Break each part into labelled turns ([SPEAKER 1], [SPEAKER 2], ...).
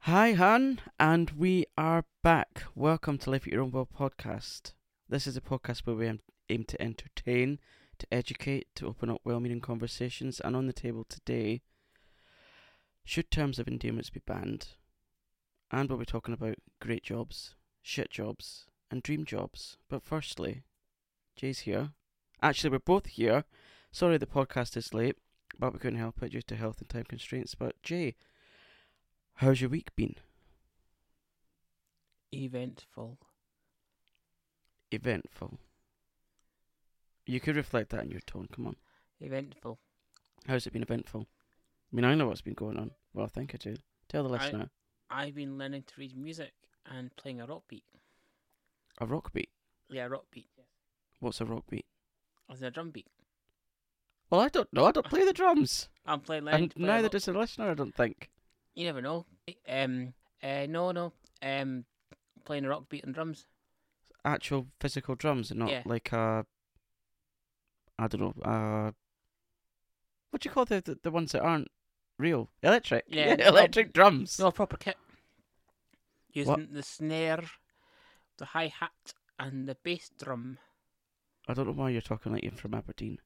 [SPEAKER 1] Hi, Han, and we are back. Welcome to Life at Your Own World podcast. This is a podcast where we am- aim to entertain, to educate, to open up well meaning conversations. And on the table today, should terms of endearments be banned? And we'll be talking about great jobs, shit jobs, and dream jobs. But firstly, Jay's here. Actually, we're both here. Sorry the podcast is late, but we couldn't help it due to health and time constraints. But, Jay, how's your week been?
[SPEAKER 2] Eventful.
[SPEAKER 1] eventful. You could reflect that in your tone. Come on,
[SPEAKER 2] Eventful.
[SPEAKER 1] how's it been eventful? I mean, I know what's been going on. Well, I think I do. Tell the
[SPEAKER 2] I-
[SPEAKER 1] listener
[SPEAKER 2] I've been learning to read music and playing a rock beat.
[SPEAKER 1] a rock beat.
[SPEAKER 2] Yeah, a rock beat.
[SPEAKER 1] What's a rock beat?
[SPEAKER 2] As in a drum beat.
[SPEAKER 1] Well, I don't know. I don't play the drums,
[SPEAKER 2] I'm playing learning
[SPEAKER 1] and
[SPEAKER 2] to play a
[SPEAKER 1] neither
[SPEAKER 2] rock-
[SPEAKER 1] does the listener. I don't think.
[SPEAKER 2] You never know. Um uh no no. Um playing a rock beat and drums.
[SPEAKER 1] Actual physical drums, and not
[SPEAKER 2] Yeah.
[SPEAKER 1] like a. I don't know. Uh, what do you call the, the the ones that aren't real? Electric.
[SPEAKER 2] Yeah, no.
[SPEAKER 1] electric drums.
[SPEAKER 2] No proper kit. Using the snare, the hi hat and the bass drum.
[SPEAKER 1] I don't know why you're talking like you're from Aberdeen.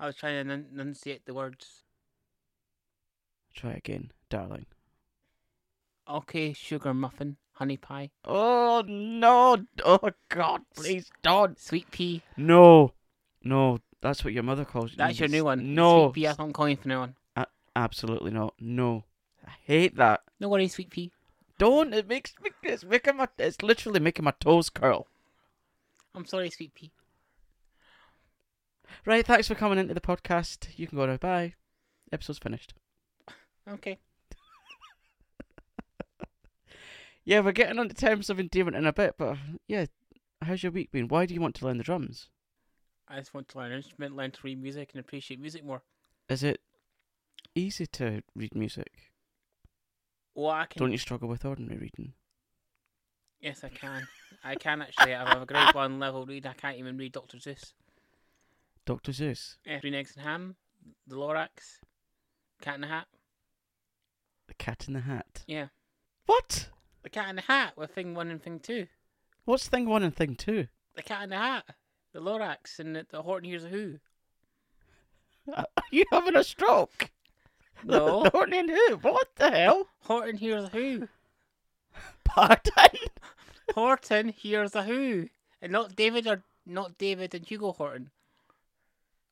[SPEAKER 2] I was trying to en- enunciate the words.
[SPEAKER 1] Try again, darling.
[SPEAKER 2] Okay, sugar muffin, honey pie,
[SPEAKER 1] Oh no! Oh God! Please don't!
[SPEAKER 2] sweet pea.
[SPEAKER 1] No, no. That's what your mother calls you.
[SPEAKER 2] That's your new one.
[SPEAKER 1] No,
[SPEAKER 2] Sweet pea, that's what I'm calling for now on.
[SPEAKER 1] absolutely not. No, I hate that.
[SPEAKER 2] No worries, sweet pea.
[SPEAKER 1] Don't. It makes me. It's making my. It's literally making my toes curl.
[SPEAKER 2] I'm sorry, sweet pea.
[SPEAKER 1] Right. Thanks for coming into the podcast. You can go now. Bye. Episode's finished.
[SPEAKER 2] Okay.
[SPEAKER 1] Yeah, we're getting on to terms of endearment in a bit, but yeah. How's your week been? Why do you want to learn the drums?
[SPEAKER 2] I just want to learn an instrument, learn to read music, and appreciate music more.
[SPEAKER 1] Is it easy to read music?
[SPEAKER 2] Oh, I can.
[SPEAKER 1] Don't you struggle with ordinary reading?
[SPEAKER 2] Yes, I can. I can actually. I have a grade one level read. I can't even read Dr. Seuss.
[SPEAKER 1] Dr. Zeus,
[SPEAKER 2] Eh, Green Eggs and Ham, The Lorax, Cat in the Hat.
[SPEAKER 1] The Cat in the Hat.
[SPEAKER 2] Yeah.
[SPEAKER 1] What?
[SPEAKER 2] The Cat in the Hat with Thing 1 and Thing 2.
[SPEAKER 1] What's thing one and thing two?
[SPEAKER 2] The Cat in the Hat, The Lorax, and the, the Horton Hears a Who.
[SPEAKER 1] Are you having a stroke?
[SPEAKER 2] No.
[SPEAKER 1] Don't you know? What the hell?
[SPEAKER 2] Horton Hears a Who.
[SPEAKER 1] Pardon?
[SPEAKER 2] Horton Hears a Who. And not David or not David and Hugo Horton.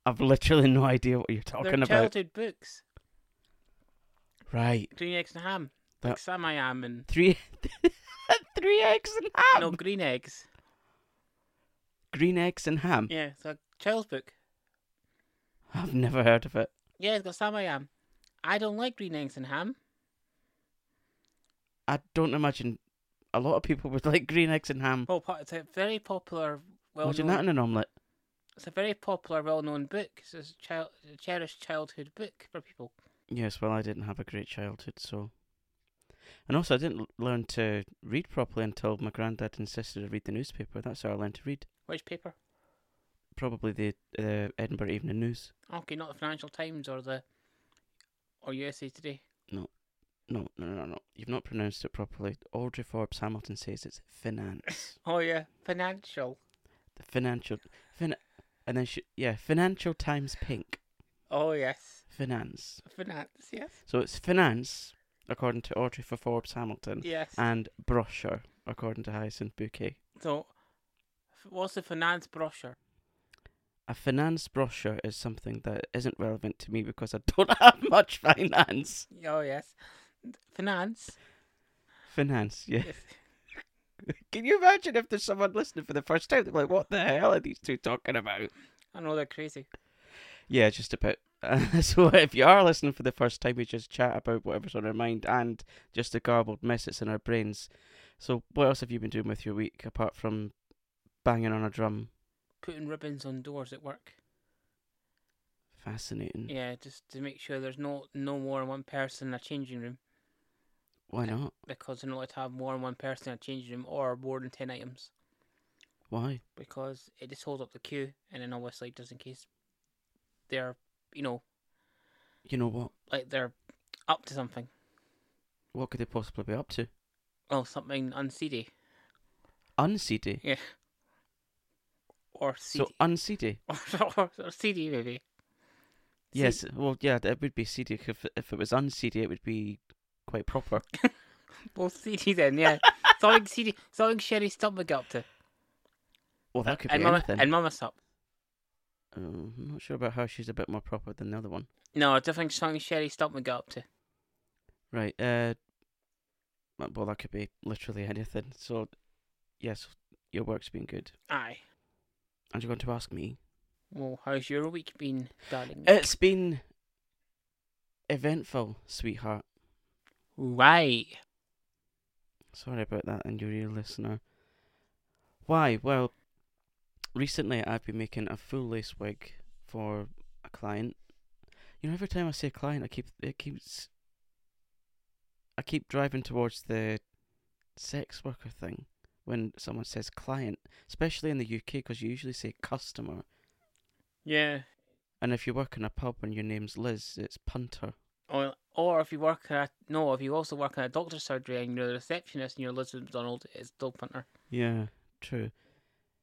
[SPEAKER 1] I've literally no idea what you're talking
[SPEAKER 2] They're
[SPEAKER 1] about.
[SPEAKER 2] childhood books.
[SPEAKER 1] Right.
[SPEAKER 2] Green Eggs and Ham.
[SPEAKER 1] That-
[SPEAKER 2] Like Sam I Am and
[SPEAKER 1] Three three eggs and ham.
[SPEAKER 2] no Green Eggs.
[SPEAKER 1] Green eggs and ham.
[SPEAKER 2] Yeah, it's a child's book.
[SPEAKER 1] I've never heard of it.
[SPEAKER 2] Yeah, it's got Sam I Am. I don't like green eggs and ham.
[SPEAKER 1] I don't imagine a lot of people would like green eggs and ham.
[SPEAKER 2] Well, po- it's a very popular, well
[SPEAKER 1] imagine that
[SPEAKER 2] known.
[SPEAKER 1] in an omelette.
[SPEAKER 2] It's a very popular, well known book. It's a, child, a cherished childhood book for people.
[SPEAKER 1] Yes, well, I didn't have a great childhood, so. And also, I didn't l- learn to read properly until my granddad insisted I read the newspaper. That's how I learned to read.
[SPEAKER 2] Which paper?
[SPEAKER 1] Probably the uh, Edinburgh Evening News.
[SPEAKER 2] Okay, not the Financial Times or the or USA Today.
[SPEAKER 1] No, no, no, no, no. You've not pronounced it properly. Audrey Forbes Hamilton says it's finance.
[SPEAKER 2] Oh yeah, Financial.
[SPEAKER 1] the financial. Fin- and then she. Yeah, Financial Times Pink.
[SPEAKER 2] Oh yes,
[SPEAKER 1] Finance.
[SPEAKER 2] finance. Yes,
[SPEAKER 1] So it's finance, according to Audrey for Forbes Hamilton,
[SPEAKER 2] yes.
[SPEAKER 1] and brochure, according to Hyacinth Bouquet.
[SPEAKER 2] so, f- what's the finance brochure?
[SPEAKER 1] A finance brochure is something that isn't relevant to me because I don't have much finance.
[SPEAKER 2] Oh yes, finance.
[SPEAKER 1] Finance, yeah.
[SPEAKER 2] Yes.
[SPEAKER 1] Can you imagine if there's someone listening for the first time? They're like, what the hell are these two talking about?
[SPEAKER 2] I know they're crazy.
[SPEAKER 1] Yeah, just a bit. so if you are listening for the first time, we just chat about whatever's on our mind and just the garbled mess that's in our brains. So what else have you been doing with your week apart from banging on a drum?
[SPEAKER 2] Putting ribbons on doors at work.
[SPEAKER 1] Fascinating.
[SPEAKER 2] Yeah, just to make sure there's no no more than one person in a changing room
[SPEAKER 1] Why not?
[SPEAKER 2] because they're not allowed to have more than one person in a changing room or more than ten items
[SPEAKER 1] Why?
[SPEAKER 2] because it just holds up the queue and then obviously just in case they're you know
[SPEAKER 1] You know what?
[SPEAKER 2] like they're up to something.
[SPEAKER 1] What could they possibly be up to?
[SPEAKER 2] Well, something unseedy
[SPEAKER 1] Unseedy.
[SPEAKER 2] or seedy.
[SPEAKER 1] So unseedy.
[SPEAKER 2] or, or seedy, maybe.
[SPEAKER 1] uh, Yes. Well, yeah, it would be seedy. If if it was unseedy, it would be quite proper.
[SPEAKER 2] Well, seedy then, yeah. something seedy. Something Sherry Stump got up to.
[SPEAKER 1] Well, that could be
[SPEAKER 2] and Mama,
[SPEAKER 1] anything.
[SPEAKER 2] and Mama Sup.
[SPEAKER 1] Um, I'm not sure about her. She's a bit more proper than the other one.
[SPEAKER 2] No, I don't think something Sherry Stump got up to.
[SPEAKER 1] Right. Uh. Well, that could be literally anything. So, yes, your work's been good,
[SPEAKER 2] Aye.
[SPEAKER 1] and you're going to ask me.
[SPEAKER 2] Well, how's your week been, darling?
[SPEAKER 1] It's been eventful, sweetheart.
[SPEAKER 2] Why?
[SPEAKER 1] Sorry about that, and your ear listener. Why? Well, recently I've been making a full lace wig for a client. You know, every time I say client, I keep it keeps. I keep driving towards the sex worker thing when someone says client, especially in the UK, because you usually say customer.
[SPEAKER 2] Yeah.
[SPEAKER 1] And if you work in a pub and your name's Liz, it's punter.
[SPEAKER 2] Or, or if you work at no, if you also work in a doctor's surgery and you're the receptionist and you're Liz McDonald, it's Dog Punter.
[SPEAKER 1] Yeah, true.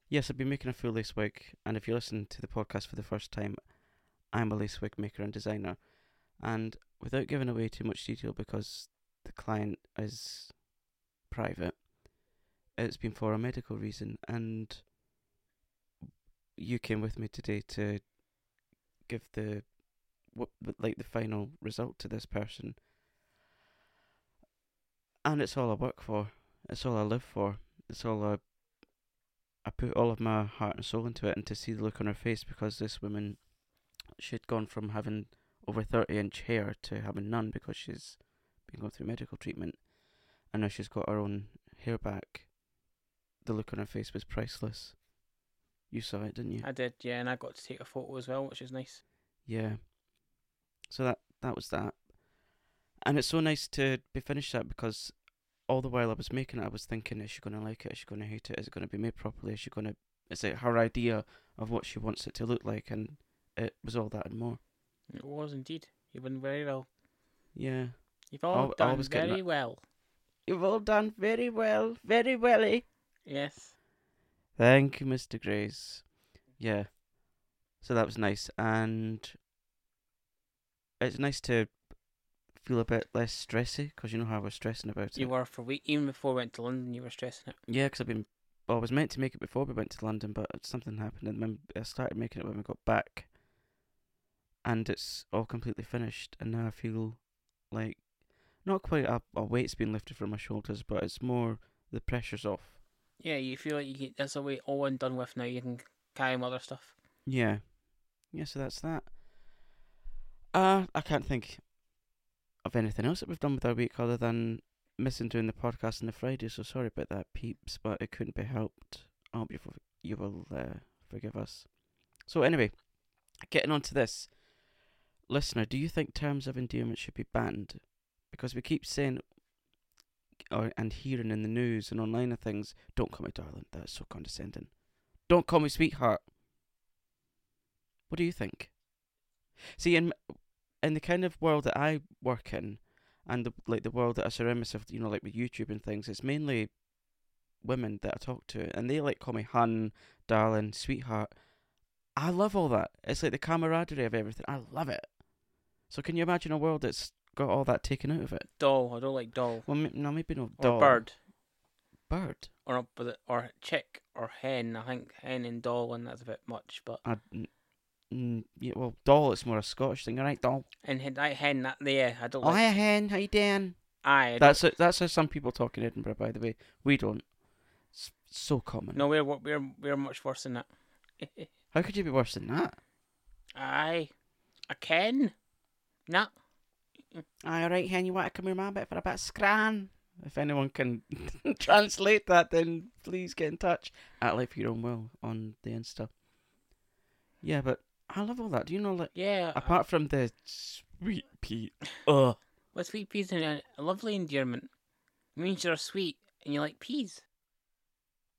[SPEAKER 1] Yes, I've been making a full lace wig, and if you listen to the podcast for the first time, I'm a lace wig maker and designer. And without giving away too much detail because the client is private, it's been for a medical reason, and you came with me today to give the what like the final result to this person. And it's all I work for. It's all I live for it's all I I put all of my heart and soul into it and to see the look on her face because this woman she'd gone from having over thirty inch hair to having none because she's been going through medical treatment and now she's got her own hair back. The look on her face was priceless. You saw it, didn't you?
[SPEAKER 2] I did, yeah, and I got to take a photo as well, which is nice.
[SPEAKER 1] Yeah. So that that was that. And it's so nice to be finished that because all the while I was making it, I was thinking, is she gonna like it? Is she gonna hate it? Is it gonna be made properly? Is she gonna? Is it her idea of what she wants it to look like? And it was all that and more.
[SPEAKER 2] It was indeed. You've done very well.
[SPEAKER 1] Yeah,
[SPEAKER 2] You've all
[SPEAKER 1] Al-
[SPEAKER 2] done
[SPEAKER 1] always getting
[SPEAKER 2] very well.
[SPEAKER 1] you've all done very well, very welly.
[SPEAKER 2] Yes.
[SPEAKER 1] Thank you, Mr. Grace. Yeah. So that was nice. And it's nice to feel a bit less stressy because you know how I was stressing about it.
[SPEAKER 2] You were for a week even before we went to London you were stressing it.
[SPEAKER 1] Yeah, 'cause I've been. Well, I was meant to make it before we went to London, but something happened, and then I started making it when we got back, and it's all completely finished. And now I feel like not quite a, a weight's been lifted from my shoulders, but it's more the pressure's off.
[SPEAKER 2] Yeah, you feel like you get that's away all and done with now, you can carry on with other stuff.
[SPEAKER 1] Yeah, yeah. So that's that. Uh I can't think of anything else that we've done with our week other than missing doing the podcast on the Friday. So sorry about that, peeps, but it couldn't be helped. I hope you for- you will uh, forgive us. So anyway, getting on to this, listener, do you think terms of endearment should be banned? Because we keep saying. Or, and hearing in the news and online and things, don't call me darling. That's so condescending. Don't call me sweetheart. What do you think? See, in in the kind of world that I work in, and the, like the world that I surround myself, you know, like with YouTube and things, it's mainly women that I talk to, and they like call me hun, darling, sweetheart. I love all that. It's like the camaraderie of everything. I love it. So can you imagine a world that's got all that taken out of it?
[SPEAKER 2] Doll, I don't like doll.
[SPEAKER 1] Well, m- no, maybe no
[SPEAKER 2] Or
[SPEAKER 1] doll.
[SPEAKER 2] bird.
[SPEAKER 1] Bird.
[SPEAKER 2] Or up with it or chick or hen. I think hen and doll and that's a bit much, but
[SPEAKER 1] I, mm, yeah, well, doll. It's more a Scottish thing, all right? Doll.
[SPEAKER 2] and hen that hen that yeah, I don't
[SPEAKER 1] Oh,
[SPEAKER 2] like
[SPEAKER 1] hiya, hen. How you doing?
[SPEAKER 2] Aye, I
[SPEAKER 1] That's that's how some people talk in Edinburgh, by the way. We don't. It's so common.
[SPEAKER 2] No, we're wor- we're we're much worse than that.
[SPEAKER 1] How could you be worse than that?
[SPEAKER 2] Aye, I can. Nah,
[SPEAKER 1] Aye, all right, Hen, you want to come here, man, bit for a bit of scran? If anyone can translate that, then please get in touch at Life Your Own Will on the Insta. Yeah, but I love all that. Do you know, like,
[SPEAKER 2] yeah. I-
[SPEAKER 1] apart from the sweet pea, ugh,
[SPEAKER 2] What's sweet peas in a, a lovely endearment? It means you're sweet and you like peas.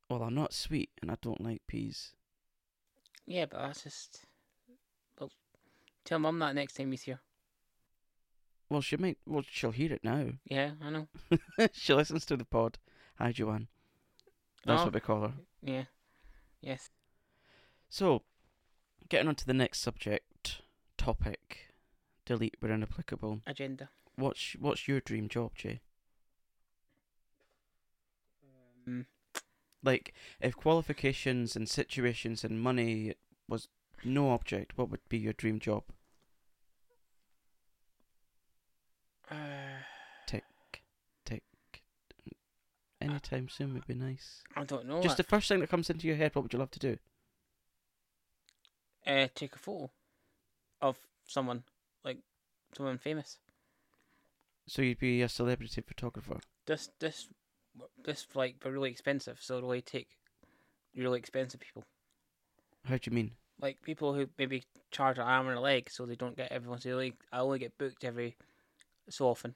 [SPEAKER 1] well, I'm not sweet and I don't like peas.
[SPEAKER 2] Yeah, but that's just. Well, tell mum that next time you see her.
[SPEAKER 1] Well, she might. Well, she'll hear it now.
[SPEAKER 2] Yeah, I know.
[SPEAKER 1] she listens to the pod. Hi, Joanne. That's
[SPEAKER 2] Oh.
[SPEAKER 1] what we call her.
[SPEAKER 2] Yeah. Yes.
[SPEAKER 1] So, getting on to the next subject topic. Delete where inapplicable.
[SPEAKER 2] Agenda.
[SPEAKER 1] What's what's your dream job, Jay?
[SPEAKER 2] Um,
[SPEAKER 1] Like, if qualifications and situations and money was no object, what would be your dream job?
[SPEAKER 2] uh,
[SPEAKER 1] Anytime soon would be nice.
[SPEAKER 2] I don't know.
[SPEAKER 1] Just the first thing that comes into your head, what would you love to do?
[SPEAKER 2] uh, take a photo of someone, like someone famous.
[SPEAKER 1] So you'd be a celebrity photographer.
[SPEAKER 2] This, this, this like but really expensive. So really take really expensive people,
[SPEAKER 1] How do you mean?
[SPEAKER 2] like people who maybe charge an arm and a leg, so they don't get everyone. So they only, I only get booked every so often.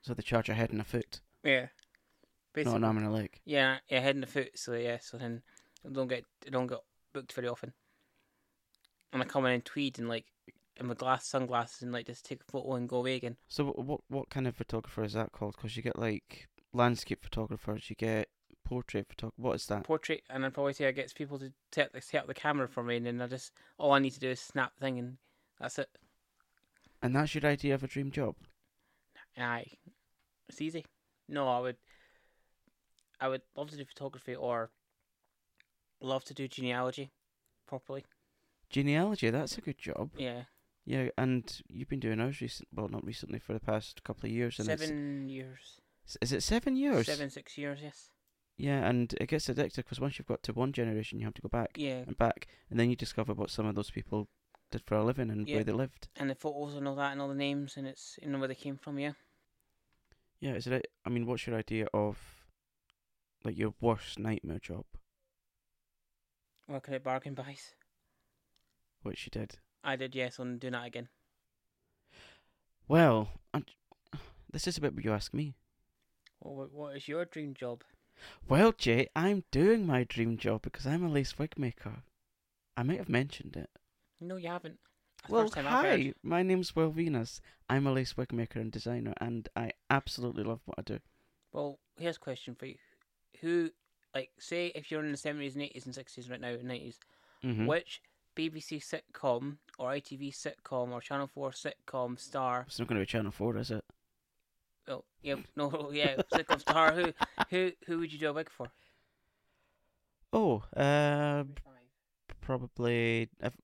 [SPEAKER 1] So they charge a head and a foot,
[SPEAKER 2] Yeah.
[SPEAKER 1] not
[SPEAKER 2] Basically,
[SPEAKER 1] an arm and a leg.
[SPEAKER 2] yeah, yeah, head and a foot. So yeah, so then I don't get I don't get booked very often. And I come in in tweed and like in my glass sunglasses and like just take a photo and go away again.
[SPEAKER 1] So what what, what kind of photographer is that called? Because you get like landscape photographers, you get portrait photog. What is that?
[SPEAKER 2] portrait, and I probably say I gets people to set the, set up the camera for me, and then I just all I need to do is snap the thing, and that's it.
[SPEAKER 1] And that's your idea of a dream job.
[SPEAKER 2] Aye, it's easy. No, I would, I would love to do photography or love to do genealogy properly.
[SPEAKER 1] Genealogy, that's a good job.
[SPEAKER 2] Yeah,
[SPEAKER 1] Yeah, and you've been doing ours recent. Well, not recently, for the past couple of years. And it's-
[SPEAKER 2] seven years,
[SPEAKER 1] s- Is it seven years?
[SPEAKER 2] seven six years, yes.
[SPEAKER 1] Yeah, and it gets addictive because once you've got to one generation, you have to go back
[SPEAKER 2] Yeah,
[SPEAKER 1] and back, and then you discover what some of those people did for a living and
[SPEAKER 2] Yeah.
[SPEAKER 1] where they lived.
[SPEAKER 2] and the photos and all that, and all the names, and it's you know where they came from. Yeah,
[SPEAKER 1] Yeah, is it? I mean, what's your idea of like your worst nightmare job?
[SPEAKER 2] working at bargain buys.
[SPEAKER 1] What she did?
[SPEAKER 2] I did yes on doing that again.
[SPEAKER 1] Well, i this is a bit what you ask me.
[SPEAKER 2] What what is your dream job?
[SPEAKER 1] Well, Jay, I'm doing my dream job because I'm a lace wig maker. I might have mentioned it.
[SPEAKER 2] No, you haven't. That's the
[SPEAKER 1] well,
[SPEAKER 2] first time I've heard.
[SPEAKER 1] hi, my name's Will Venus. I'm a lace wig maker and designer, and I absolutely love what I do.
[SPEAKER 2] Well, here's a question for you. Who, like, say if you're in the 70s and 80s and 60s right now, and 90s,
[SPEAKER 1] Mhm.
[SPEAKER 2] which BBC sitcom or ITV sitcom or Channel 4 sitcom star,
[SPEAKER 1] It's not going to be Channel Four, is it?
[SPEAKER 2] oh, yeah, no, yeah, sitcom star, who, who, who would you do a wig for?
[SPEAKER 1] Oh, uh, probably. If,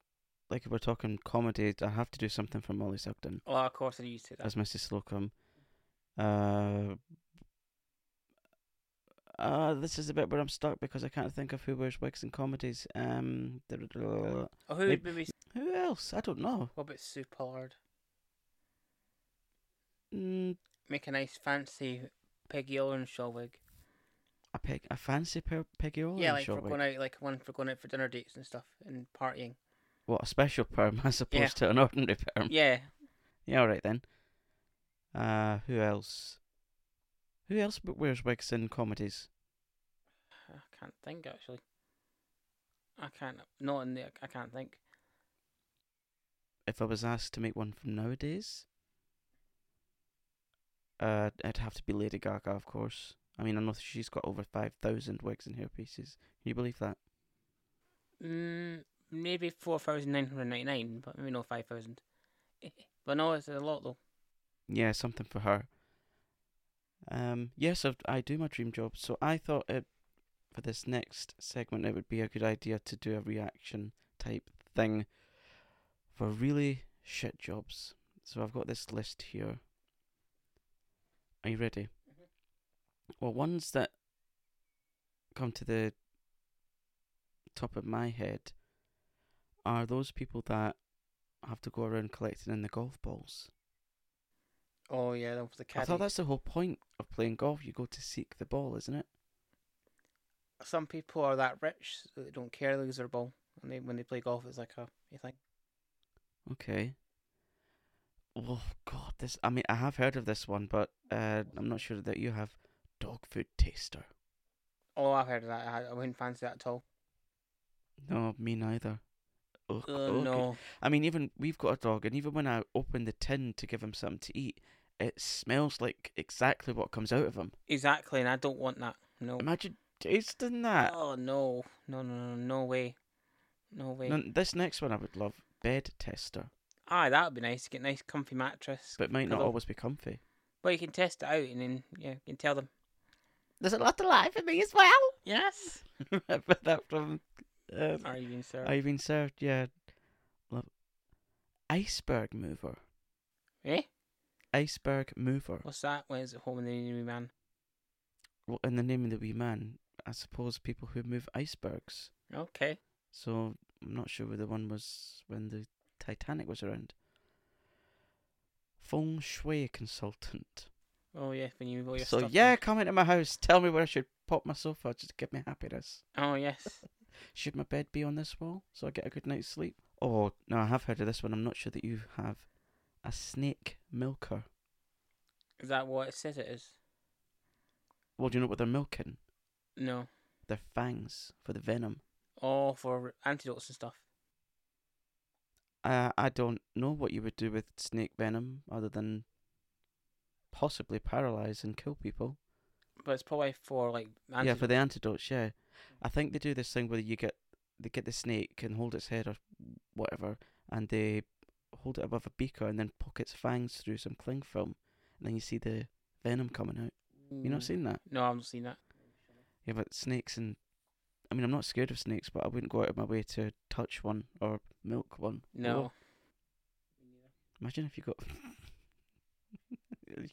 [SPEAKER 1] like if we're talking comedy, I have to do something from Molly Sugden.
[SPEAKER 2] Oh, of course, I knew you'd say that.
[SPEAKER 1] as Mrs. Slocum. Uh, uh, this is the bit where I'm stuck because I can't think of who wears wigs in comedies. Um, who
[SPEAKER 2] Or who would maybe,
[SPEAKER 1] else? I don't know.
[SPEAKER 2] what about Sue Pollard?
[SPEAKER 1] Mm,
[SPEAKER 2] Make a nice fancy Peggy Olenshaw wig.
[SPEAKER 1] I peg, I fancy Pe- Peggy Olin.
[SPEAKER 2] yeah, like for
[SPEAKER 1] shall we?
[SPEAKER 2] going out, like one for going out for dinner dates and stuff and partying.
[SPEAKER 1] What a special perm as opposed to an ordinary perm.
[SPEAKER 2] yeah,
[SPEAKER 1] Yeah, all right then. Uh, who else? Who else but wears wigs in comedies?
[SPEAKER 2] I can't think actually. I can't. Not in the. I can't think.
[SPEAKER 1] If I was asked to make one from nowadays, uh, it'd have to be Lady Gaga, of course. I mean, I know she's got over five thousand wigs and hairpieces. Can you believe that?
[SPEAKER 2] Mm, maybe four thousand nine hundred ninety nine, but maybe not five thousand. But no, it's a lot though.
[SPEAKER 1] Yeah, something for her. Um, yes, I've, I do my dream job. So I thought it for this next segment, it would be a good idea to do a reaction type thing for really shit jobs. So I've got this list here. Are you ready? Well, ones that come to the top of my head are those people that have to go around collecting in the golf balls.
[SPEAKER 2] Oh yeah, that was the
[SPEAKER 1] I
[SPEAKER 2] caddy.
[SPEAKER 1] thought that's the whole point of playing golf. You go to seek the ball, isn't it?
[SPEAKER 2] Some people are that rich that they don't care they lose their ball, and they when they play golf, it's like a you think.
[SPEAKER 1] Okay. Oh God, this. I mean, I have heard of this one, but uh, I'm not sure that you have dog food taster.
[SPEAKER 2] Oh, I've heard of that. I, I wouldn't fancy that at all.
[SPEAKER 1] No, me neither. oh,
[SPEAKER 2] Oh
[SPEAKER 1] okay.
[SPEAKER 2] no.
[SPEAKER 1] I mean, even we've got a dog, and even when I open the tin to give him something to eat, it smells like exactly what comes out of him.
[SPEAKER 2] Exactly, and I don't want that. No.
[SPEAKER 1] Imagine tasting that.
[SPEAKER 2] Oh no. No no no no way. No way.
[SPEAKER 1] Now, this next one I would love bed tester,
[SPEAKER 2] Ah, that would be nice. Get a nice comfy mattress.
[SPEAKER 1] but it might not
[SPEAKER 2] Pillow.
[SPEAKER 1] always be comfy.
[SPEAKER 2] Well you can test it out and then yeah, you can tell them.
[SPEAKER 1] There's a lot of life in me as well.
[SPEAKER 2] Yes.
[SPEAKER 1] but that from um,
[SPEAKER 2] Are you being served?
[SPEAKER 1] I've been served. Yeah, love iceberg mover.
[SPEAKER 2] Eh?
[SPEAKER 1] Iceberg mover.
[SPEAKER 2] What's that? When is it home and the new man?
[SPEAKER 1] Well, in the name of the wee man, I suppose people who move icebergs.
[SPEAKER 2] Okay.
[SPEAKER 1] So I'm not sure where the one was when the Titanic was around. Feng Shui consultant.
[SPEAKER 2] Oh yeah, when you move all your
[SPEAKER 1] so
[SPEAKER 2] stuff.
[SPEAKER 1] yeah, come into my house. Tell me where I should pop my sofa. Just give me happiness.
[SPEAKER 2] in. Oh yes.
[SPEAKER 1] Should my bed be on this wall so I get a good night's sleep? Oh no, I have heard of this one. I'm not sure that you have. A snake milker.
[SPEAKER 2] Is that what it says it is?
[SPEAKER 1] Well, do you know what they're milking?
[SPEAKER 2] No.
[SPEAKER 1] Their fangs for the venom.
[SPEAKER 2] Oh, for antidotes and stuff.
[SPEAKER 1] Uh, I don't know what you would do with snake venom other than possibly paralyze and kill people.
[SPEAKER 2] But it's probably for like antidotes.
[SPEAKER 1] Yeah, for the antidotes, yeah. I think they do this thing where you get they get the snake and hold its head or whatever, and they hold it above a beaker and then poke its fangs through some cling film, and then you see the venom coming out. You not
[SPEAKER 2] Mm.
[SPEAKER 1] seen that?
[SPEAKER 2] No, I haven't seen that.
[SPEAKER 1] Yeah, but snakes and I mean, I'm not scared of snakes, but I wouldn't go out of my way to touch one or milk one.
[SPEAKER 2] No.
[SPEAKER 1] Whoa, imagine if you got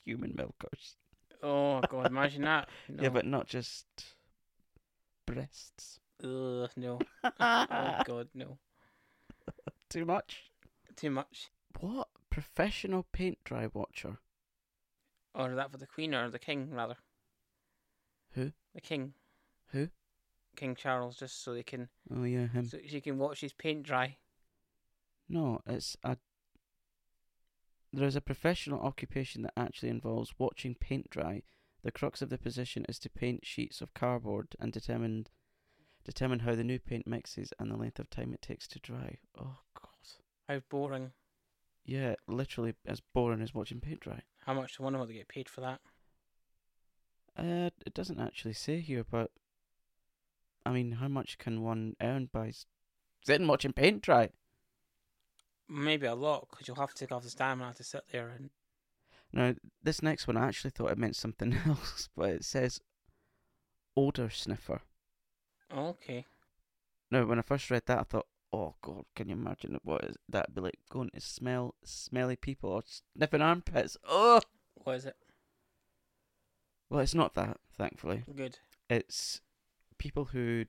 [SPEAKER 1] human milkers.
[SPEAKER 2] Oh god, imagine that. No.
[SPEAKER 1] Yeah, but not just breasts.
[SPEAKER 2] Ugh, no. oh god, no.
[SPEAKER 1] Too much.
[SPEAKER 2] Too much.
[SPEAKER 1] What professional paint dry watcher?
[SPEAKER 2] Or is that for the queen or the king rather?
[SPEAKER 1] Who?
[SPEAKER 2] The king.
[SPEAKER 1] Who?
[SPEAKER 2] King Charles, just so they can,
[SPEAKER 1] Oh yeah, him.
[SPEAKER 2] so she can watch his paint dry.
[SPEAKER 1] No, it's a. There is a professional occupation that actually involves watching paint dry. The crux of the position is to paint sheets of cardboard and determine determine how the new paint mixes and the length of time it takes to dry. Oh god.
[SPEAKER 2] How boring.
[SPEAKER 1] Yeah, literally as boring as watching paint dry.
[SPEAKER 2] How much do one of them get paid for that?
[SPEAKER 1] Uh, it doesn't actually say here, but I mean, how much can one earn by s- sitting watching paint dry?
[SPEAKER 2] Maybe a lot, because you'll have to take off the stamina to sit there and
[SPEAKER 1] Now, this next one, I actually thought it meant something else, but it says odor sniffer.
[SPEAKER 2] Oh, okay.
[SPEAKER 1] Now, when I first read that, I thought, oh god, can you imagine what is that'd be like going to smell smelly people or sniffing armpits? Oh,
[SPEAKER 2] What is it?
[SPEAKER 1] well, it's not that, thankfully.
[SPEAKER 2] Good.
[SPEAKER 1] It's people who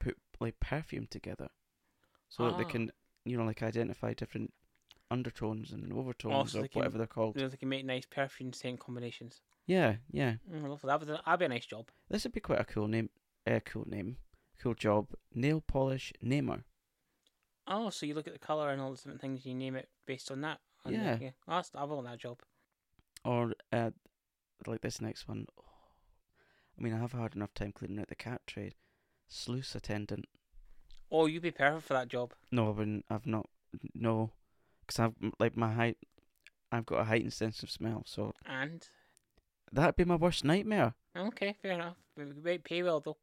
[SPEAKER 1] put like perfume together so that they
[SPEAKER 2] Ah.
[SPEAKER 1] can, you know, like identify different undertones and overtones
[SPEAKER 2] so
[SPEAKER 1] or
[SPEAKER 2] they can-
[SPEAKER 1] whatever they're called.
[SPEAKER 2] You know, they can make nice perfume scent combinations.
[SPEAKER 1] Yeah, yeah.
[SPEAKER 2] Mm, I love that. That'd be- That'd be a nice job.
[SPEAKER 1] This would be quite a cool name, uh, cool name, cool job. Nail polish namer.
[SPEAKER 2] Oh, so you look at the colour and all the different things, you name it based on that. And then-
[SPEAKER 1] Yeah.
[SPEAKER 2] yeah. That's, I want that job.
[SPEAKER 1] Or uh, like this next one. I mean, I have had enough time cleaning out the cat trade. Sluice attendant.
[SPEAKER 2] Oh, you'd be perfect for that job.
[SPEAKER 1] No, I wouldn't. I've not. No, because I've like my height. I've got a heightened sense of smell, so
[SPEAKER 2] And
[SPEAKER 1] that'd be my worst nightmare.
[SPEAKER 2] okay, fair enough. We we might pay well though.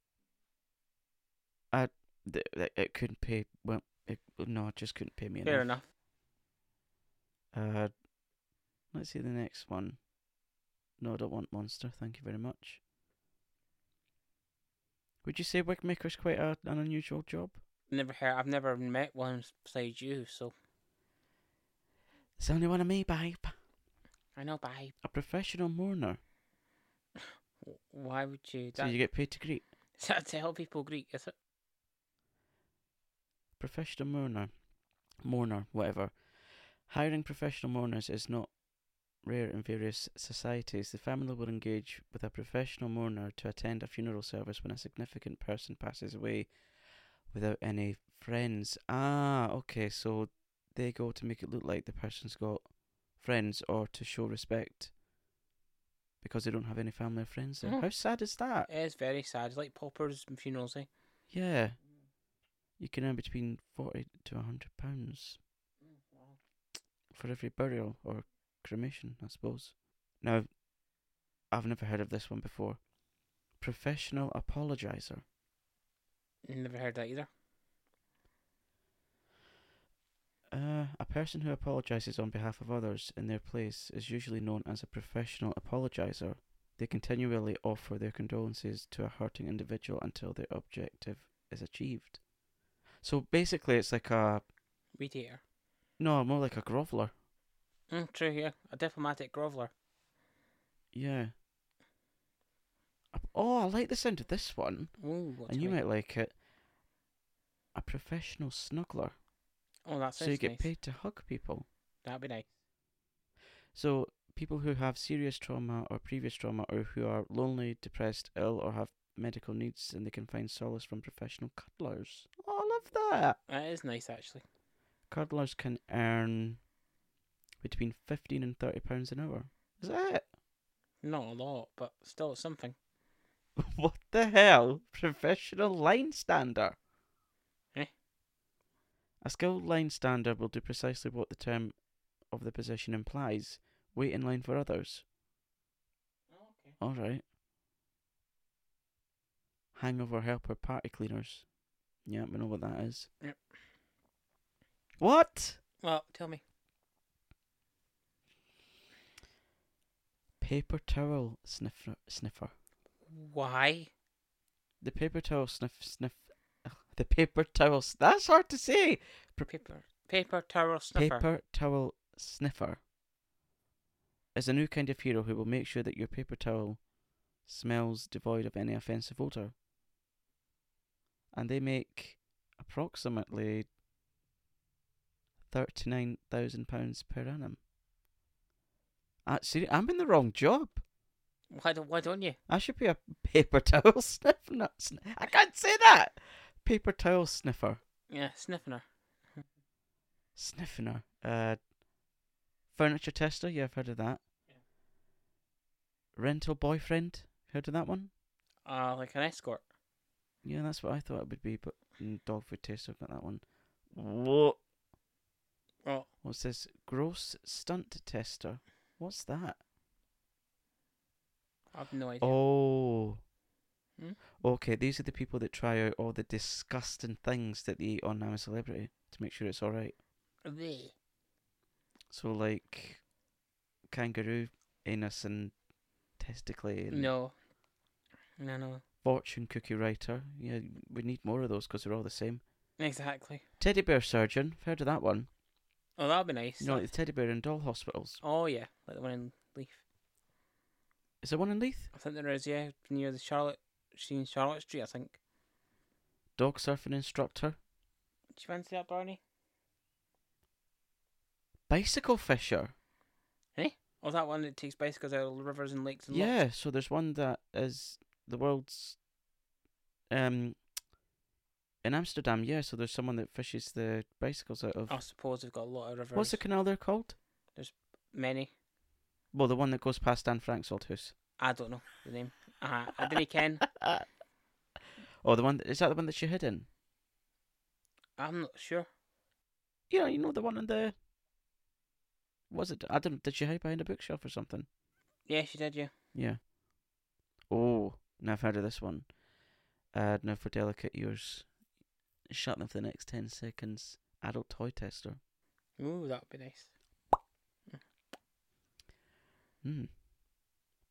[SPEAKER 1] Th- th- It couldn't pay. Well, it, no, it just couldn't pay me
[SPEAKER 2] fair
[SPEAKER 1] enough.
[SPEAKER 2] enough.
[SPEAKER 1] Uh, let's see the next one. No, I don't want monster. Thank you very much. Would you say wig maker's quite a, an unusual job?
[SPEAKER 2] Never heard. I've never met one besides you, so
[SPEAKER 1] It's only one of me, babe.
[SPEAKER 2] I know. But I,
[SPEAKER 1] A professional mourner.
[SPEAKER 2] why would you?
[SPEAKER 1] So
[SPEAKER 2] That,
[SPEAKER 1] you get paid to greet.
[SPEAKER 2] Is that to help people Greek? Is it?
[SPEAKER 1] Professional mourner. Mourner, whatever. Hiring professional mourners is not rare in various societies. The family will engage with a professional mourner to attend a funeral service when a significant person passes away without any friends. Ah, okay, so they go to make it look like the person's got friends or to show respect because they don't have any family or friends there.
[SPEAKER 2] Mhm.
[SPEAKER 1] How sad is that?
[SPEAKER 2] It is very sad. It's like paupers and funerals, eh?
[SPEAKER 1] Yeah. you can earn between forty to hundred pounds
[SPEAKER 2] Mm, wow.
[SPEAKER 1] for every burial or cremation, I suppose. Now, I've never heard of this one before. Professional apologizer.
[SPEAKER 2] Never heard that either.
[SPEAKER 1] Uh, a person who apologizes on behalf of others in their place is usually known as a professional apologizer. They continually offer their condolences to a hurting individual until their objective is achieved. So basically, it's like a
[SPEAKER 2] Mediator.
[SPEAKER 1] no, more like a groveler.
[SPEAKER 2] Mm, true, yeah. A diplomatic groveler.
[SPEAKER 1] Yeah. Ap- Oh, I like the sound of this one,
[SPEAKER 2] Ooh, what
[SPEAKER 1] and you
[SPEAKER 2] do we-
[SPEAKER 1] might like it. A professional snuggler,
[SPEAKER 2] Oh, that
[SPEAKER 1] so
[SPEAKER 2] sounds
[SPEAKER 1] you get
[SPEAKER 2] nice.
[SPEAKER 1] paid to hug people.
[SPEAKER 2] That'd be nice.
[SPEAKER 1] So, people who have serious trauma or previous trauma, or who are lonely, depressed, ill, or have medical needs, and they can find solace from professional cuddlers. Oh, I love that.
[SPEAKER 2] That is nice, actually.
[SPEAKER 1] Cuddlers can earn between fifteen and thirty pounds an hour. Is that it?
[SPEAKER 2] Not a lot, but still it's something.
[SPEAKER 1] What the hell? Professional line stander.
[SPEAKER 2] Eh?
[SPEAKER 1] A skilled line stander will do precisely what the term of the position implies: wait in line for others.
[SPEAKER 2] Oh, okay.
[SPEAKER 1] All right. Hangover helper party cleaners. Yeah, we know what that is.
[SPEAKER 2] Yep.
[SPEAKER 1] What?
[SPEAKER 2] Well, tell me.
[SPEAKER 1] Paper towel sniffer. Sniffer.
[SPEAKER 2] Why?
[SPEAKER 1] The paper towel sniff sniff. Ugh, The paper towel. s- That's hard to say.
[SPEAKER 2] Paper paper towel sniffer.
[SPEAKER 1] Paper towel sniffer is a new kind of hero who will make sure that your paper towel smells devoid of any offensive odor. And they make approximately thirty-nine thousand pounds per annum. Ah, see, I'm in the wrong job.
[SPEAKER 2] Why don't why don't you?
[SPEAKER 1] I should be a paper towel sniffer. Not sn- I can't say that. Paper towel sniffer.
[SPEAKER 2] Yeah, sniffing her.
[SPEAKER 1] Sniffing her. Uh, furniture tester, yeah, I've heard of that.
[SPEAKER 2] Yeah.
[SPEAKER 1] Rental boyfriend, heard of that one?
[SPEAKER 2] Uh like an escort.
[SPEAKER 1] Yeah, that's what I thought it would be, but mm, dog food taster, I've got that one. What?
[SPEAKER 2] Well
[SPEAKER 1] What's this? Gross stunt tester. What's that?
[SPEAKER 2] I've no idea.
[SPEAKER 1] Oh.
[SPEAKER 2] Hmm?
[SPEAKER 1] Okay, these are the people that try out all the disgusting things that they eat on I'm a Celebrity to make sure it's alright.
[SPEAKER 2] Bleh.
[SPEAKER 1] So, like, kangaroo anus and testically. And
[SPEAKER 2] No. No no.
[SPEAKER 1] fortune cookie writer. Yeah, we need more of those because they're all the same.
[SPEAKER 2] Exactly.
[SPEAKER 1] Teddy bear surgeon. I've heard of that one.
[SPEAKER 2] Oh that'd be nice.
[SPEAKER 1] You know, like the teddy bear and doll hospitals.
[SPEAKER 2] Oh yeah, like the one in Leaf.
[SPEAKER 1] Is there one in Leith?
[SPEAKER 2] I think there is, yeah, near the Charlotte she in Charlotte Street, I think.
[SPEAKER 1] Dog surfing instructor.
[SPEAKER 2] Do you fancy that Barney?
[SPEAKER 1] Bicycle fisher.
[SPEAKER 2] Oh that one that takes bicycles out of rivers and lakes and lots.
[SPEAKER 1] Yeah, so there's one that is the world's. Um. In Amsterdam, yeah, so there's someone that fishes the bicycles out of.
[SPEAKER 2] I suppose they've got a lot of rivers.
[SPEAKER 1] What's the canal they're called?
[SPEAKER 2] Many.
[SPEAKER 1] Well, the one that goes past Dan Frank's old house.
[SPEAKER 2] I don't know the name. Uh, I didn't ken.
[SPEAKER 1] Oh, the one that, is that the one that she hid in?
[SPEAKER 2] I'm not sure.
[SPEAKER 1] you know, you know the one in the. Was it? I don't. Did she hide behind a bookshelf or something?
[SPEAKER 2] Yeah, she did, yeah.
[SPEAKER 1] Yeah. Oh, now I've heard of this one. Uh, now for delicate ears, shut them for the next ten seconds. Adult toy tester.
[SPEAKER 2] Ooh, that would be nice.
[SPEAKER 1] Hmm.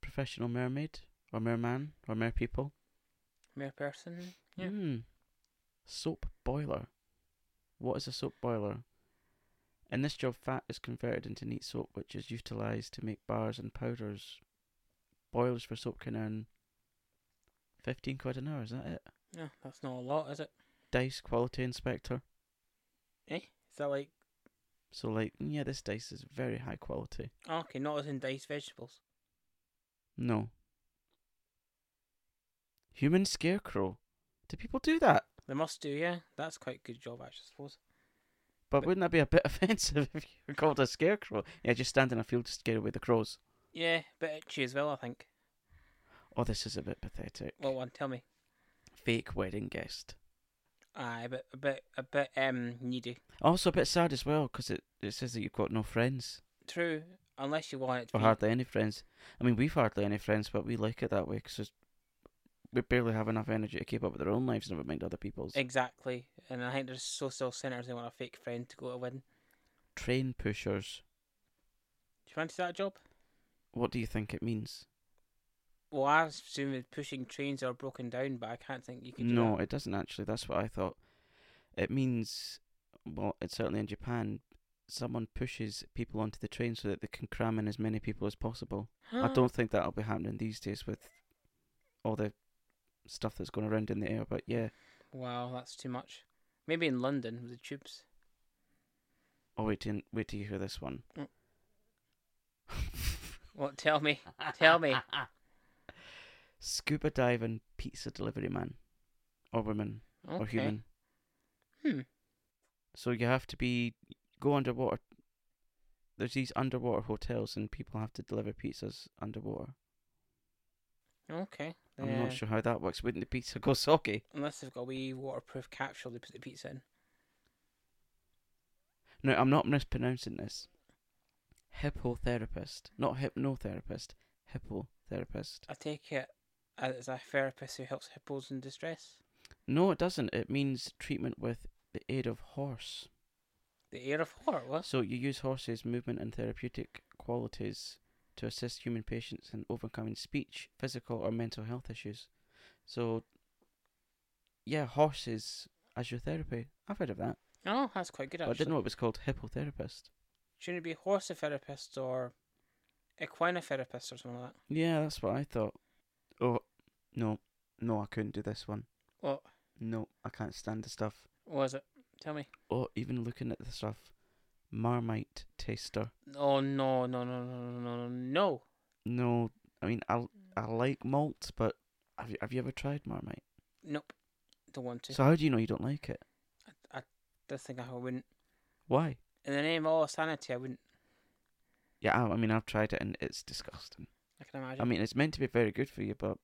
[SPEAKER 1] Professional mermaid or merman or merpeople.
[SPEAKER 2] Mere person. Yeah.
[SPEAKER 1] Hmm. Soap boiler. What is a soap boiler? In this job, fat is converted into neat soap, which is utilized to make bars and powders. Boilers for soap can earn 15 quid an hour, is that it?
[SPEAKER 2] No, that's not a lot, is it?
[SPEAKER 1] Dice quality inspector.
[SPEAKER 2] Eh? Is that like
[SPEAKER 1] So, like, yeah, this dice is very high quality.
[SPEAKER 2] oh, okay, not as in diced vegetables.
[SPEAKER 1] No. Human scarecrow. Do people do that?
[SPEAKER 2] They must do, yeah. That's quite a good job actually, I suppose.
[SPEAKER 1] But wouldn't that be a bit offensive if you're called a scarecrow? Yeah, just stand in a field to scare away the crows.
[SPEAKER 2] Yeah, but itchy as well, I think.
[SPEAKER 1] Oh, this is a bit pathetic.
[SPEAKER 2] What one? Tell me.
[SPEAKER 1] Fake wedding guest.
[SPEAKER 2] Aye, a bit, a bit, a bit um needy.
[SPEAKER 1] Also, a bit sad as well because it, it says that you've got no friends
[SPEAKER 2] True, unless you want it to
[SPEAKER 1] or
[SPEAKER 2] be.
[SPEAKER 1] hardly any friends. I mean, we've hardly any friends, but we like it that way because we barely have enough energy to keep up with our own lives, never mind other people's.
[SPEAKER 2] Exactly, and I think there's social centres they want a fake friend to go to win. Do
[SPEAKER 1] Train pushers.
[SPEAKER 2] you fancy that job?
[SPEAKER 1] What do you think it means?
[SPEAKER 2] Well, I assume that pushing trains are broken down, but I can't think you can do
[SPEAKER 1] No,
[SPEAKER 2] that.
[SPEAKER 1] it doesn't actually. That's what I thought. It means, well, it's certainly in Japan, someone pushes people onto the train so that they can cram in as many people as possible. I
[SPEAKER 2] Mm-hmm.
[SPEAKER 1] don't think that'll be happening these days with all the stuff that's going around in the air. But yeah.
[SPEAKER 2] Wow, that's too much. Maybe in London with the tubes.
[SPEAKER 1] Oh wait, till, wait till you hear this one.
[SPEAKER 2] Mm. What? Tell me, tell me.
[SPEAKER 1] Scuba diving pizza delivery man, or woman,
[SPEAKER 2] Okay.
[SPEAKER 1] or human.
[SPEAKER 2] Hmm.
[SPEAKER 1] So you have to be go underwater. There's these underwater hotels, and people have to deliver pizzas underwater.
[SPEAKER 2] Okay.
[SPEAKER 1] I'm
[SPEAKER 2] Yeah.
[SPEAKER 1] not sure how that works. Wouldn't the pizza go soggy?
[SPEAKER 2] Unless they've got a wee waterproof capsule they put the pizza in.
[SPEAKER 1] No, I'm not mispronouncing this. Hippotherapist, not hypnotherapist. Hippotherapist.
[SPEAKER 2] I take it as a therapist who helps hippos in distress.
[SPEAKER 1] No, it doesn't. It means treatment with the aid of horse.
[SPEAKER 2] The air of horror, what?
[SPEAKER 1] So you use horses' movement and therapeutic qualities to assist human patients in overcoming speech, physical, or mental health issues. So, yeah, horses as your therapy. I've heard of that,
[SPEAKER 2] Oh, that's quite good
[SPEAKER 1] but I
[SPEAKER 2] actually.
[SPEAKER 1] didn't know it was called hippotherapist.
[SPEAKER 2] Shouldn't it be horsotherapist or equinotherapist or something like that?
[SPEAKER 1] Yeah, that's what I thought. Oh, no, no, I couldn't do this one.
[SPEAKER 2] What
[SPEAKER 1] No, I can't stand the stuff.
[SPEAKER 2] was it? Tell me.
[SPEAKER 1] Or even looking at the stuff. Marmite taster.
[SPEAKER 2] Oh no no no no no no no no.
[SPEAKER 1] No, I mean I I like malt, but have you, have you ever tried Marmite?
[SPEAKER 2] Nope. Don't want to.
[SPEAKER 1] So how do you know you don't like it?
[SPEAKER 2] Just think I wouldn't.
[SPEAKER 1] Why?
[SPEAKER 2] In the name of all sanity I wouldn't
[SPEAKER 1] Yeah, I, I mean I've tried it and it's disgusting.
[SPEAKER 2] I can imagine.
[SPEAKER 1] I mean it's meant to be very good for you, but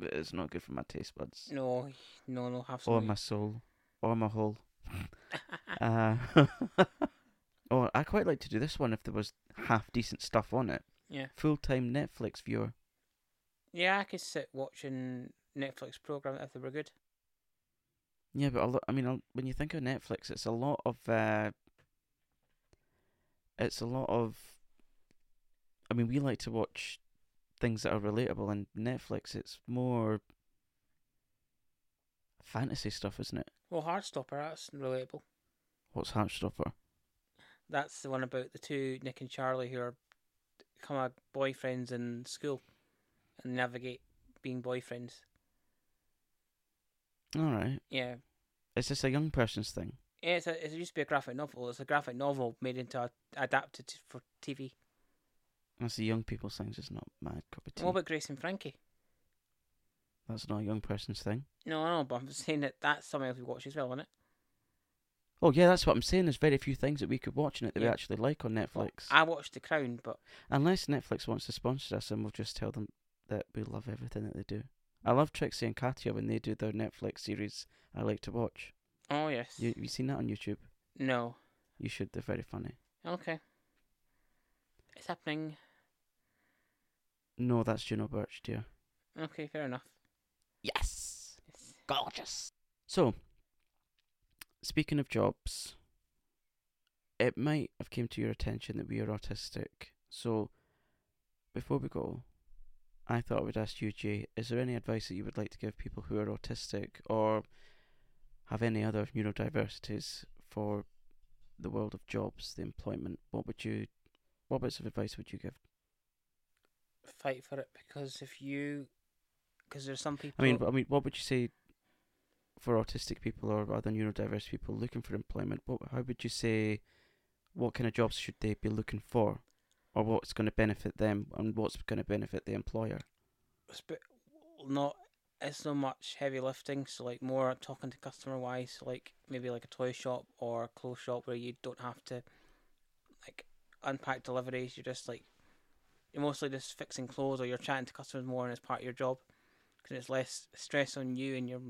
[SPEAKER 1] it's not good for my taste buds
[SPEAKER 2] no, no, no, have
[SPEAKER 1] or
[SPEAKER 2] some.
[SPEAKER 1] my soul or my whole. Uh, or I quite like to do this one if there was half decent stuff on it.
[SPEAKER 2] Yeah.
[SPEAKER 1] Full time Netflix viewer.
[SPEAKER 2] Yeah, I could sit watching Netflix program if they were good.
[SPEAKER 1] Yeah, but a lot. I mean, a- when you think of Netflix, it's a lot of. Uh, it's a lot of. I mean, we like to watch things that are relatable, and Netflix, it's more fantasy stuff, isn't it?
[SPEAKER 2] Well, Heartstopper, that's relatable.
[SPEAKER 1] What's Heartstopper?
[SPEAKER 2] That's the one about the two Nick and Charlie who are become a boyfriends in school and navigate being boyfriends.
[SPEAKER 1] All right,
[SPEAKER 2] Yeah,
[SPEAKER 1] is this a young person's thing?
[SPEAKER 2] yeah it's a, it used to be a graphic novel. It's a graphic novel made into a, adapted to, for TV.
[SPEAKER 1] That's the young people's things. It's not my cup of tea.
[SPEAKER 2] What about Grace and Frankie?
[SPEAKER 1] That's not a young person's thing.
[SPEAKER 2] No, I know, but I'm saying that that's something else we watch as well, isn't it?
[SPEAKER 1] Oh yeah, that's what I'm saying. There's very few things that we could watch in it that
[SPEAKER 2] Yeah.
[SPEAKER 1] we actually like on Netflix.
[SPEAKER 2] I watched The Crown, but
[SPEAKER 1] Unless Netflix wants to sponsor us, and we'll just tell them that we love everything that they do. I love Trixie and Katya when they do their Netflix series. I like to watch.
[SPEAKER 2] oh yes,
[SPEAKER 1] You you seen that on YouTube?
[SPEAKER 2] no,
[SPEAKER 1] You should. They're very funny.
[SPEAKER 2] okay, it's happening.
[SPEAKER 1] No, that's Juno Birch, dear.
[SPEAKER 2] Okay, fair enough.
[SPEAKER 1] Yes,
[SPEAKER 2] Yes.
[SPEAKER 1] gorgeous. So, speaking of jobs, it might have came to your attention that we are autistic. So, before we go, I thought I would ask you, Jay, is there any advice that you would like to give people who are autistic or have any other neurodiversities for the world of jobs, the employment? What would you, what bits of advice would you give?
[SPEAKER 2] fight for it because if you, because there's some people.
[SPEAKER 1] I mean, I mean, what would you say for autistic people or other neurodiverse people looking for employment? What, how would you say, what kind of jobs should they be looking for, or what's going to benefit them and what's going to benefit the employer?
[SPEAKER 2] it's bit- not it's not much heavy lifting. So like more talking to customer wise, like maybe like a toy shop or a clothes shop where you don't have to like unpack deliveries. You're just like you're mostly just fixing clothes or you're chatting to customers more, and it's part of your job because it's less stress on you and your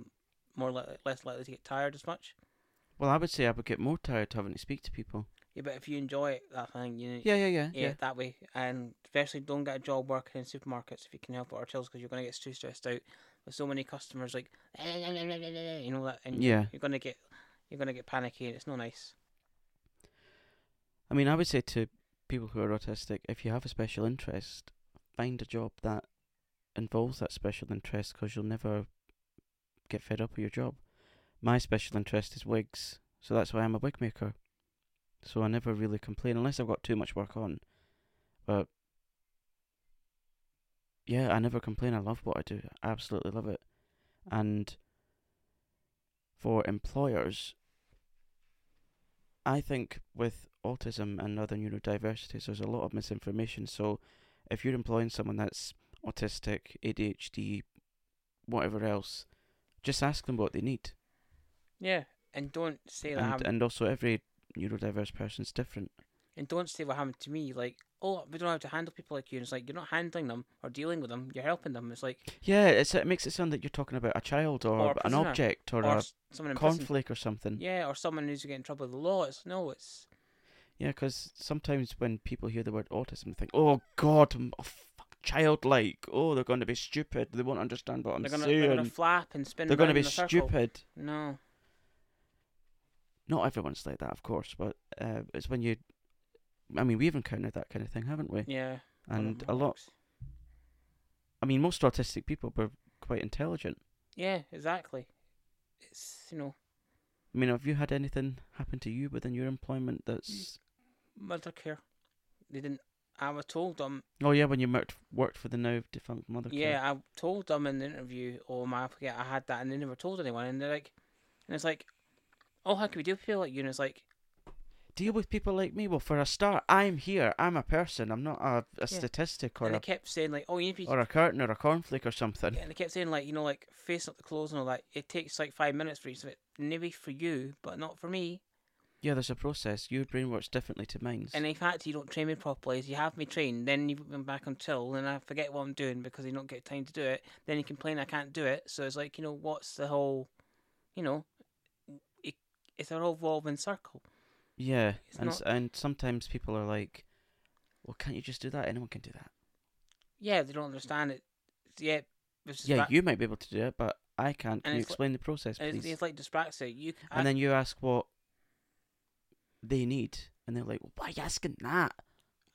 [SPEAKER 2] more li- less likely to get tired as much.
[SPEAKER 1] Well, I would say I would get more tired having to speak to people.
[SPEAKER 2] Yeah, but if you enjoy it, that thing, you know,
[SPEAKER 1] Yeah, yeah, yeah,
[SPEAKER 2] yeah, eh, that way. And especially don't get a job working in supermarkets if you can help it or chills because you're going to get too stressed out with so many customers like, you know that, and
[SPEAKER 1] Yeah.
[SPEAKER 2] you're going to get you're going to get panicky and it's no nice.
[SPEAKER 1] I mean, I would say to people who are autistic, if you have a special interest, find a job that involves that special interest because you'll never get fed up with your job. My special interest is wigs, so that's why I'm a wig maker. So I never really complain unless I've got too much work on. But yeah, I never complain. I love what I do. I absolutely love it. And for employers, I think with autism and other neurodiversities, there's a lot of misinformation. So, if you're employing someone that's autistic, ADHD, whatever else, just ask them what they need.
[SPEAKER 2] Yeah, and don't say that
[SPEAKER 1] And,
[SPEAKER 2] happened,
[SPEAKER 1] and also, every neurodiverse person's different.
[SPEAKER 2] and don't say what happened to me. Like, oh, we don't know how to handle people like you. And it's like you're not handling them or dealing with them. You're helping them. It's like
[SPEAKER 1] Yeah, it's, it makes it sound that you're talking about a child or,
[SPEAKER 2] Or a
[SPEAKER 1] an
[SPEAKER 2] prisoner,
[SPEAKER 1] object or,
[SPEAKER 2] or
[SPEAKER 1] a
[SPEAKER 2] s- someone in prison.
[SPEAKER 1] cornflake or something.
[SPEAKER 2] Yeah, or someone who's getting in trouble with the law. It's no, it's
[SPEAKER 1] Yeah, because sometimes when people hear the word autism, they think, "Oh God, I'm a fuck, childlike. Oh, they're going to be stupid. They won't understand what I'm
[SPEAKER 2] they're gonna
[SPEAKER 1] saying.
[SPEAKER 2] they're gonna flap and spin.
[SPEAKER 1] they're going to
[SPEAKER 2] round
[SPEAKER 1] be
[SPEAKER 2] in a circle.
[SPEAKER 1] stupid."
[SPEAKER 2] No,
[SPEAKER 1] Not everyone's like that, of course, but uh, it's when you. I mean, we've encountered that kind of thing, haven't we?
[SPEAKER 2] yeah, I don't
[SPEAKER 1] and
[SPEAKER 2] know
[SPEAKER 1] a
[SPEAKER 2] how it
[SPEAKER 1] lot.
[SPEAKER 2] works.
[SPEAKER 1] I mean, most autistic people were quite intelligent.
[SPEAKER 2] Yeah, exactly. It's you know
[SPEAKER 1] I mean, have you had anything happen to you within your employment? That's
[SPEAKER 2] mother care. They didn't. I was told them.
[SPEAKER 1] oh yeah, when you worked worked for the now defunct mother. Care.
[SPEAKER 2] Yeah, I told them in the interview. Oh my, I forget I had that, and they never told anyone. And they're like, and it's like, oh, how can we deal with people like you? And it's like,
[SPEAKER 1] Deal with people like me. Well, for a start, I'm here. I'm a person. I'm not a, a statistic or
[SPEAKER 2] and
[SPEAKER 1] a
[SPEAKER 2] they kept saying like, oh, you need to be.
[SPEAKER 1] or a curtain or a cornflake or something.
[SPEAKER 2] and they kept saying like, you know, like face up the clothes and all that. It takes like five minutes for each of it. Maybe for you, but not for me.
[SPEAKER 1] Yeah, there's a process. Your brain works differently to mine.
[SPEAKER 2] And in fact, you don't train me properly. If you have me trained, then you put me back on till, and I forget what I'm doing because you don't get time to do it. Then you complain I can't do it. So it's like, you know, what's the whole, you know, it, it's a whole revolving circle.
[SPEAKER 1] yeah,
[SPEAKER 2] It's
[SPEAKER 1] and s
[SPEAKER 2] not-
[SPEAKER 1] and sometimes people are like, "Well, can't you just do that? Anyone can do that."
[SPEAKER 2] Yeah, they don't understand it. Yeah, it's
[SPEAKER 1] yeah,
[SPEAKER 2] dispra-
[SPEAKER 1] you might be able to do it, but I can't. Can
[SPEAKER 2] And
[SPEAKER 1] you
[SPEAKER 2] it's li-
[SPEAKER 1] explain the process,
[SPEAKER 2] and
[SPEAKER 1] please?
[SPEAKER 2] it's, it's like dyspraxia. You c- I-
[SPEAKER 1] and then you ask what they need, and they're like, "Why are you asking that?"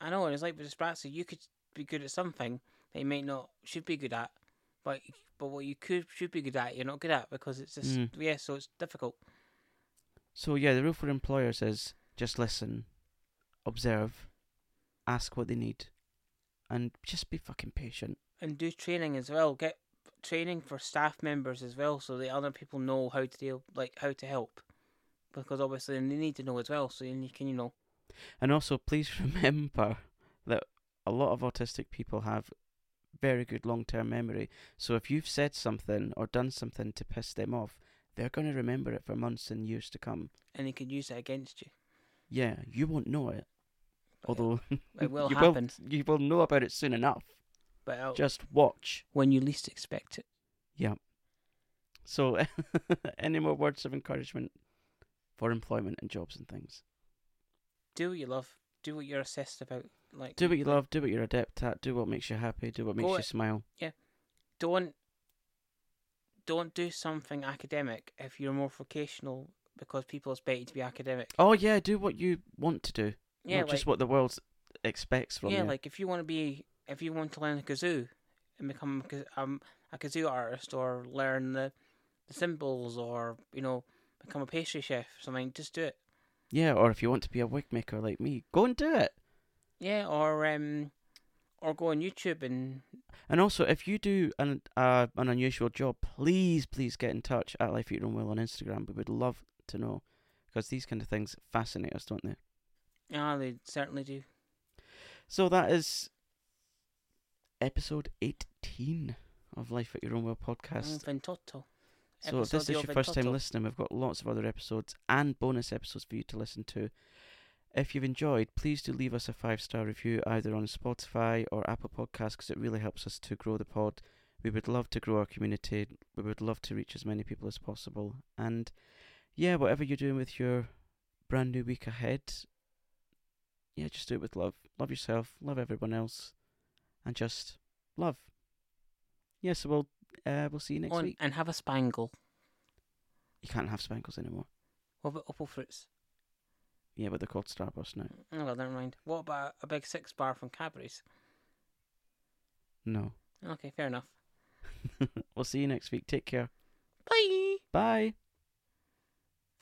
[SPEAKER 2] I know, and it's like with dyspraxia, you could be good at something that you may not should be good at, but but what you could should be good at, you're not good at because it's just
[SPEAKER 1] Mm.
[SPEAKER 2] yeah, so it's difficult.
[SPEAKER 1] So yeah, the rule for employers is just listen, observe, ask what they need, and just be fucking patient.
[SPEAKER 2] and do training as well. Get training for staff members as well, so the other people know how to deal, like how to help, because obviously they need to know as well. So then you can, you know,
[SPEAKER 1] And also, please remember that a lot of autistic people have very good long term memory. So if you've said something or done something to piss them off, they're going to remember it for months and years to come.
[SPEAKER 2] and they can use it against you.
[SPEAKER 1] Yeah, you won't know it.
[SPEAKER 2] But it-
[SPEAKER 1] Although
[SPEAKER 2] Oh, it will
[SPEAKER 1] you
[SPEAKER 2] happen, Oh.
[SPEAKER 1] will, you will know about it soon enough.
[SPEAKER 2] but it'll-
[SPEAKER 1] Just watch.
[SPEAKER 2] when you least expect it.
[SPEAKER 1] So, any more words of encouragement for employment and jobs and things?
[SPEAKER 2] Do what you love. Do what you're obsessed about. Like
[SPEAKER 1] Do what you
[SPEAKER 2] like,
[SPEAKER 1] love, do what you're adept at, do what makes you happy, do what makes
[SPEAKER 2] Go
[SPEAKER 1] you
[SPEAKER 2] it.
[SPEAKER 1] smile.
[SPEAKER 2] Don't don't do something academic if you're more vocational, because people expect you to be academic.
[SPEAKER 1] Oh, yeah, do what you want to do,
[SPEAKER 2] yeah,
[SPEAKER 1] not
[SPEAKER 2] like,
[SPEAKER 1] just what the world expects from
[SPEAKER 2] yeah,
[SPEAKER 1] you.
[SPEAKER 2] like if you want to be, if you want to learn a kazoo and become a kaz- um, a kazoo artist or learn the, the symbols or, you know, become a pastry chef or something, just do it.
[SPEAKER 1] yeah, or if you want to be a wig maker like me, go and do it.
[SPEAKER 2] Yeah, or um, or go on YouTube and
[SPEAKER 1] And also, if you do an uh, an unusual job, please, please get in touch at Life Eat Your Own Will on Instagram. We would love to know because these kind of things fascinate us, don't they?
[SPEAKER 2] ah, they certainly do.
[SPEAKER 1] So that is episode 18 of Life at Your Own Will podcast.
[SPEAKER 2] Ventotto.
[SPEAKER 1] So if this is
[SPEAKER 2] Episodio
[SPEAKER 1] your first time
[SPEAKER 2] Ventotto.
[SPEAKER 1] listening, we've got lots of other episodes and bonus episodes for you to listen to. If you've enjoyed, please do leave us a five star review either on Spotify or Apple Podcasts because it really helps us to grow the pod. We would love to grow our community. We would love to reach as many people as possible. And yeah, whatever you're doing with your brand new week ahead, yeah, just do it with love. Love yourself, love everyone else, and just love. Yeah, so we'll uh, we'll see you next
[SPEAKER 2] On-
[SPEAKER 1] week.
[SPEAKER 2] and have a spangle.
[SPEAKER 1] You can't have spankles anymore.
[SPEAKER 2] What about apple fruits?
[SPEAKER 1] Yeah, but they're called Starburst now.
[SPEAKER 2] Oh, well, never mind. What about a big six bar from Cadbury's?
[SPEAKER 1] No.
[SPEAKER 2] Okay, fair enough.
[SPEAKER 1] we'll see you next week. Take care.
[SPEAKER 2] Bye.
[SPEAKER 1] Bye.